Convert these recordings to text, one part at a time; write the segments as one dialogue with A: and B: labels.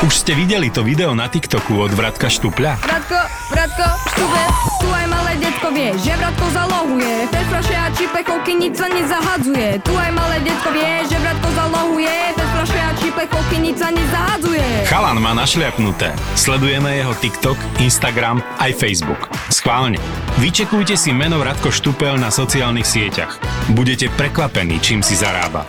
A: Už ste videli to video na TikToku od Vratka Štupľa?
B: Vratko, vratko, štuve, tu aj malé detko vie, že vratko zalohuje. Pesfraše a čipechovky nič sa nezahadzuje. Tu aj malé detko vie, že vratko zalohuje. Pesfraše a čipechovky nič sa nezahadzuje.
A: Chalan má našliapnuté. Sledujeme jeho TikTok, Instagram aj Facebook. Schválne. Vyčekujte si meno Vratko Štupel na sociálnych sieťach. Budete prekvapení, čím si zarába.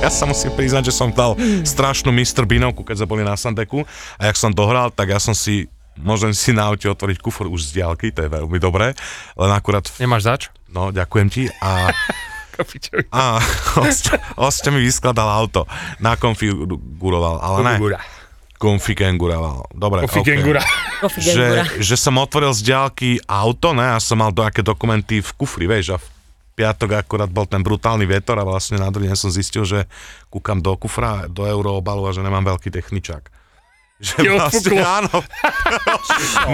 C: Ja sa musím priznať, že som dal strašnú Mr. Binovku, keď sme boli na Sandeku a jak som dohral, tak ja som si môžem si na aute otvoriť kufor už z diálky, to je veľmi dobré, len akurát,
D: Nemáš zač?
C: no ďakujem ti a a host mi vyskladal auto, nakonfiguroval, ale ne,
D: Konfigura.
C: konfiguroval, dobre,
D: Konfigengura.
C: Okay. Že, že som otvoril z diálky auto, ne, a som mal nejaké dokumenty v kufri, vieš, a v piatok akurát bol ten brutálny vietor a vlastne na druhý deň som zistil, že kúkam do kufra, do euroobalu a že nemám veľký techničák. Že vlastne
D: Ti odfúklo.
C: áno.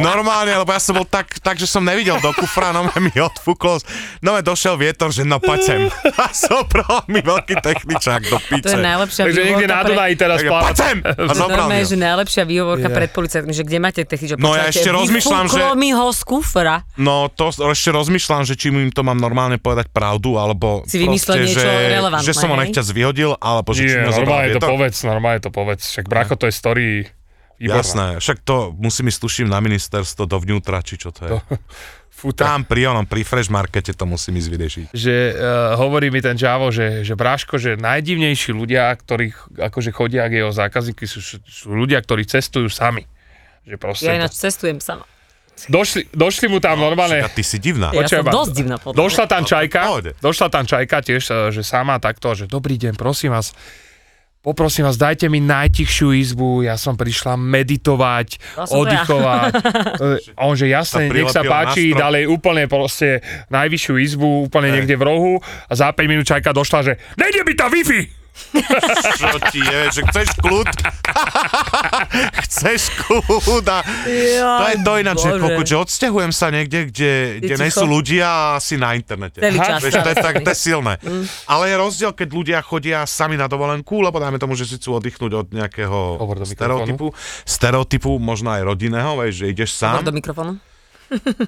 C: Normálne, lebo ja som bol tak, tak že som nevidel do kufra, no mi odfúklo. No mi došiel vietor, že no poď sem. A sobral mi veľký techničák do
E: To je
C: pice.
E: najlepšia
D: Takže niekde na Dunaji teraz
C: Takže
D: pláva.
C: poď sem! A
E: To je
C: zobral mi
E: normálne,
C: ho.
E: že najlepšia výhovorka
D: Je.
E: pred policajtmi, že kde máte technič, že
C: No ja
E: počúvate,
C: ešte rozmýšľam, že-
E: vyfúklo mi ho z kufra.
C: No to s- ešte rozmýšľam, že či mu im to mám normálne povedať pravdu, alebo
E: Si vymyslel niečo relevantné,
C: že som ho
E: hej?
C: nechťa zvyhodil, alebo že či
D: Nie,
C: mi ho zobral
D: normálne to
C: vietor.
D: povedz, normálne to povedz. Však bracho, to je story výborná.
C: Jasné, však to musí mi stuším na ministerstvo dovnútra, či čo to je.
D: Futra.
C: Tam pri onom, pri Fresh Markete to musím ísť vyriešiť.
D: že uh, hovorí mi ten Javo, že, že Bráško, že najdivnejší ľudia, ktorých akože chodia k jeho zákazníky, sú, sú ľudia, ktorí cestujú sami. Že proste,
E: Ja ináč cestujem sama.
D: došli, došli mu tam
C: No,
D: normálne,
C: A ty si divná.
E: Ja
D: Počúvaj
E: som
D: ma.
E: dosť divná podľa mňa.
D: došla tam
C: v
D: čajka,
C: pohode.
D: došla tam čajka tiež, e, že sama takto, že dobrý deň, prosím vás, poprosím vás, dajte mi najtichšiu izbu, ja som prišla meditovať,
E: To som to ja.
D: oddychovať. E, A on že
C: Sa
D: jasne, nech
C: prilepila
D: sa
C: na
D: páči,
C: strop.
D: dali úplne proste najvyššiu izbu, úplne niekde v rohu a za 5 minút čajka došla, že nejde mi tá Wi-Fi!
C: Čo ti je, že chceš kľud? chceš kľud a to je to ináč, že,
E: Bože.
C: koko, že odsťahujem sa niekde, kde, kde
E: Je
C: nie
E: ticho.
C: sú ľudia a si na internete.
E: Celý
D: Aha,
E: čas. Mm.
C: Vieš, to je, tak, to je silné. Ale je rozdiel, keď ľudia chodia sami na dovolenku, lebo dáme tomu, že si chcú oddychnúť od nejakého
D: Hovor do
C: stereotypu, stereotypu, možno aj rodinného, vieš, že ideš sám,
E: Hovor do mikrofónu.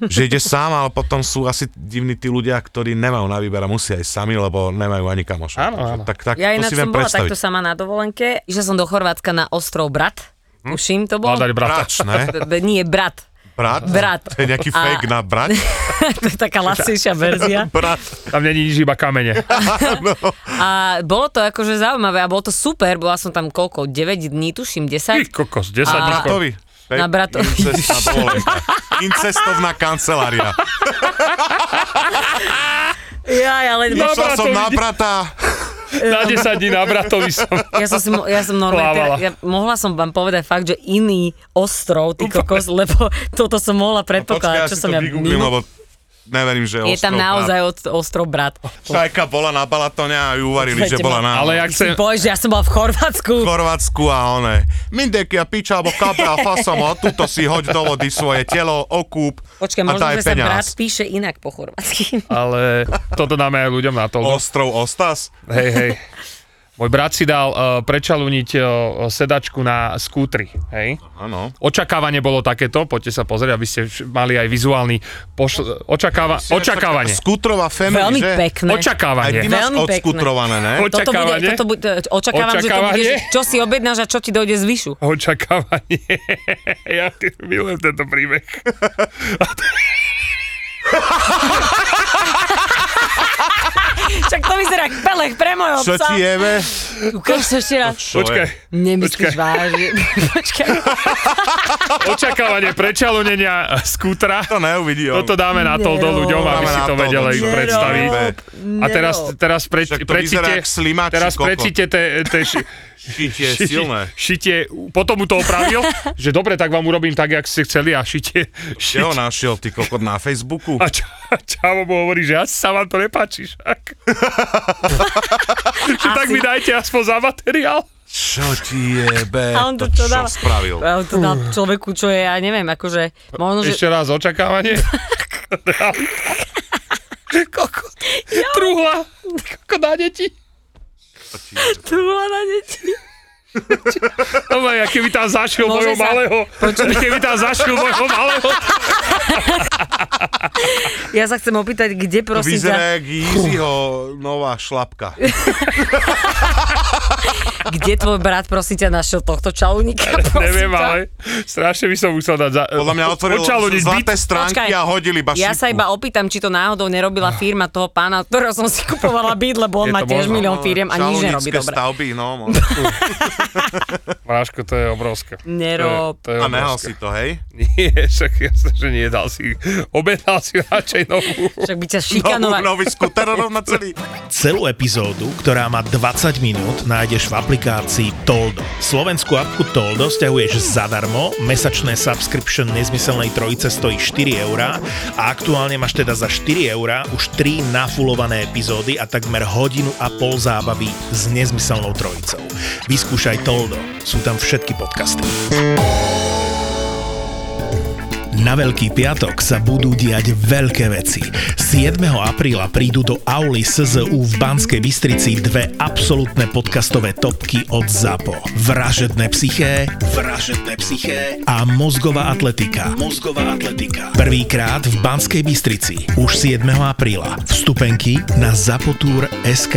C: že ideš sám, ale potom sú asi divní tí ľudia, ktorí nemajú na výber a musia aj sami, lebo nemajú ani kamoša.
D: Áno,
C: Takže
D: áno.
C: Tak, tak,
E: Ja
C: to
E: ináč
C: si viem
E: som bola
C: predstaviť.
E: takto sama na dovolenke. Išla som do Chorvátska na ostrov Brat.
D: Hm?
E: Tuším, to bolo.
D: Hľadali brata.
C: Brač, ne?
E: B- b- Nie, Brat.
C: Brat?
E: Brat.
C: To je nejaký fake na brat?
E: to je taká lasnejšia verzia.
C: Brat.
D: Tam není nič, iba kamene.
E: A bolo to akože zaujímavé a bolo to super. Bola som tam koľko? 9 dní, tuším,
D: Ty
E: 10.
D: kokos, 10
E: A-
D: dní.
C: Bratovi.
E: Na brato-
C: Incestná dovolenka. Incestovná kancelária.
E: Ja, ale
D: Ja
C: Šla som na brata.
D: Na 10 dní na bratovi som.
E: ja som, si, mo- ja som normálne,
D: Plávala.
E: teda, ja, mohla som vám povedať fakt, že iný ostrov, ty kokos, lebo toto som mohla
C: Počkaj,
E: predpokladať, čo
C: si
E: som
C: to
E: ja...
C: vygooglím, lebo neverím, že
E: Je tam
C: ostrov
E: naozaj od- ostrov brat.
C: Brat. Šajka bola na Balatone a ju uvarili, že
E: Počkajte
C: bola na
D: Ale ja chcem...
E: Povieš, že ja som bola v Chorvátsku.
C: Chorvátsku a one. Mindeky a piča, alebo kapra, fasom, a tuto si hoď do vody svoje telo, okúp
E: Počkaj,
C: a
E: možno,
C: daj
E: že sa brat
C: peniaz.
E: píše inak po chorvátsky.
D: Ale toto dáme aj ľuďom na to.
C: Ostrov Ostas?
D: Hej, hej. Môj brat si dal uh, prečaluniť uh, sedačku na skútri, hej.
C: Áno.
D: Očakávanie bolo takéto, poďte sa pozrieť, aby ste vš- mali aj vizuálny pošl- očakáva- očakávanie.
C: Skutrová family,
E: Veľmi
C: že?
E: pekné.
C: Aj ty
D: Očakávanie.
C: máš
E: Veľmi pekné.
C: odskutrované, ne?
D: Oč-
E: Toto bude,
D: Očakávanie?
E: toto bude, e, očakávam, že to bude,
D: Očakávanie?
E: že čo si objednáš a čo ti dojde z vyšu.
D: Očakávanie. Ja ty- milujem tento príbeh.
E: Však to vyzerá jak pelech pre mojho
C: Čo
E: psa.
C: ti jebe?
E: Ukáž sa ešte raz.
C: Čo
D: Počkaj,
C: je?
E: Nemyslíš
D: Počkaj.
E: vážne. Počkaj.
D: očakávanie prečalonenia skútra.
C: To neuvidí on.
D: Toto dáme na to
E: Nerob.
D: ľuďom, aby
C: Dáme
D: si
C: na
D: to
C: to,
D: vedeli
C: dobre.
D: predstaviť.
C: Nerob.
D: A teraz, teraz pre,
C: Však to vyzerá
D: precite,
C: jak slimač,
D: teraz
C: kokot.
D: precite te, te ši,
C: Šitie silné.
D: šitie, potom mu to opravil, že dobre, tak vám urobím tak, jak ste chceli a šitie,
C: Kde ho
D: šitie.
C: našiel, ty kokot, na Facebooku?
D: A ča- a Čavo mu hovorí, že asi sa vám to nepáči však. že tak mi dajte aspoň za materiál.
C: Čo ti jebe?
E: A on
C: to
E: to čo
C: čo
E: dáva?
C: spravil?
E: Ale to dal človeku, čo je, ja neviem, akože, možno, že...
D: Ešte raz očakávanie. Koko, truhla, koko na deti.
C: Čo ti jebe?
E: Tu bola na deti.
D: Dobre, ja keby tam zašiel
E: Môže
D: mojho
E: sa-
D: malého, keby tam zašiel mojho malého,
E: Ja sa chcem opýtať, kde
C: To
E: prosím ťa,
C: vyzerá jak Yeezyho nová šlapka.
E: kde tvoj brat prosím ťa našiel tohto čalúnika,
D: neviem,
E: prosím ťa.
D: ale strašne by som musel dať za...
C: Podľa mňa otvoril
D: Očaloniť byt.
C: zlaté stránky
E: Počkaj,
C: a hodili iba
E: Ja sa
C: šipku.
E: iba opýtam, či to náhodou nerobila firma toho pána, od ktorého som si kupovala byt,
D: Ah.
E: lebo on
D: Je
E: má
D: to
E: tiež
D: možno,
E: milión firiem a nič nerobí
C: Čalovnické
E: dobre.
C: stavby, no. mo-
D: Váško, to je obrovské.
E: Nerob.
D: To je, to je
C: A nehal
D: obrovské.
C: si to, hej?
D: Nie, však jasne, že nie, dal si, objednal si radšej novú.
E: Však by ťa
C: Novú,
E: šikanovať.
C: nový skúter rovno celý.
F: Celú epizódu, ktorá má 20 minút, nájdeš v aplikácii Toldo. Slovenskú apku Toldo stiahuješ zadarmo, mesačné subscription nezmyselnej trojice stojí 4 eurá a aktuálne máš teda za 4 eurá už 3 nafulované epizódy a takmer hodinu a pol zábavy s nezmyselnou trojicou. Vyskúšaj Toldo, sú tam všetky podcasty. Na Veľký piatok sa budú diať veľké veci. 7. apríla prídu do Auli SZU v Banskej Bystrici dve absolútne podcastové topky od ZAPO. Vražedné psyché, vražedné psyché a mozgová atletika. Mozgová atletika. Prvýkrát v Banskej Bystrici už 7. apríla. Vstupenky na zapotur.sk.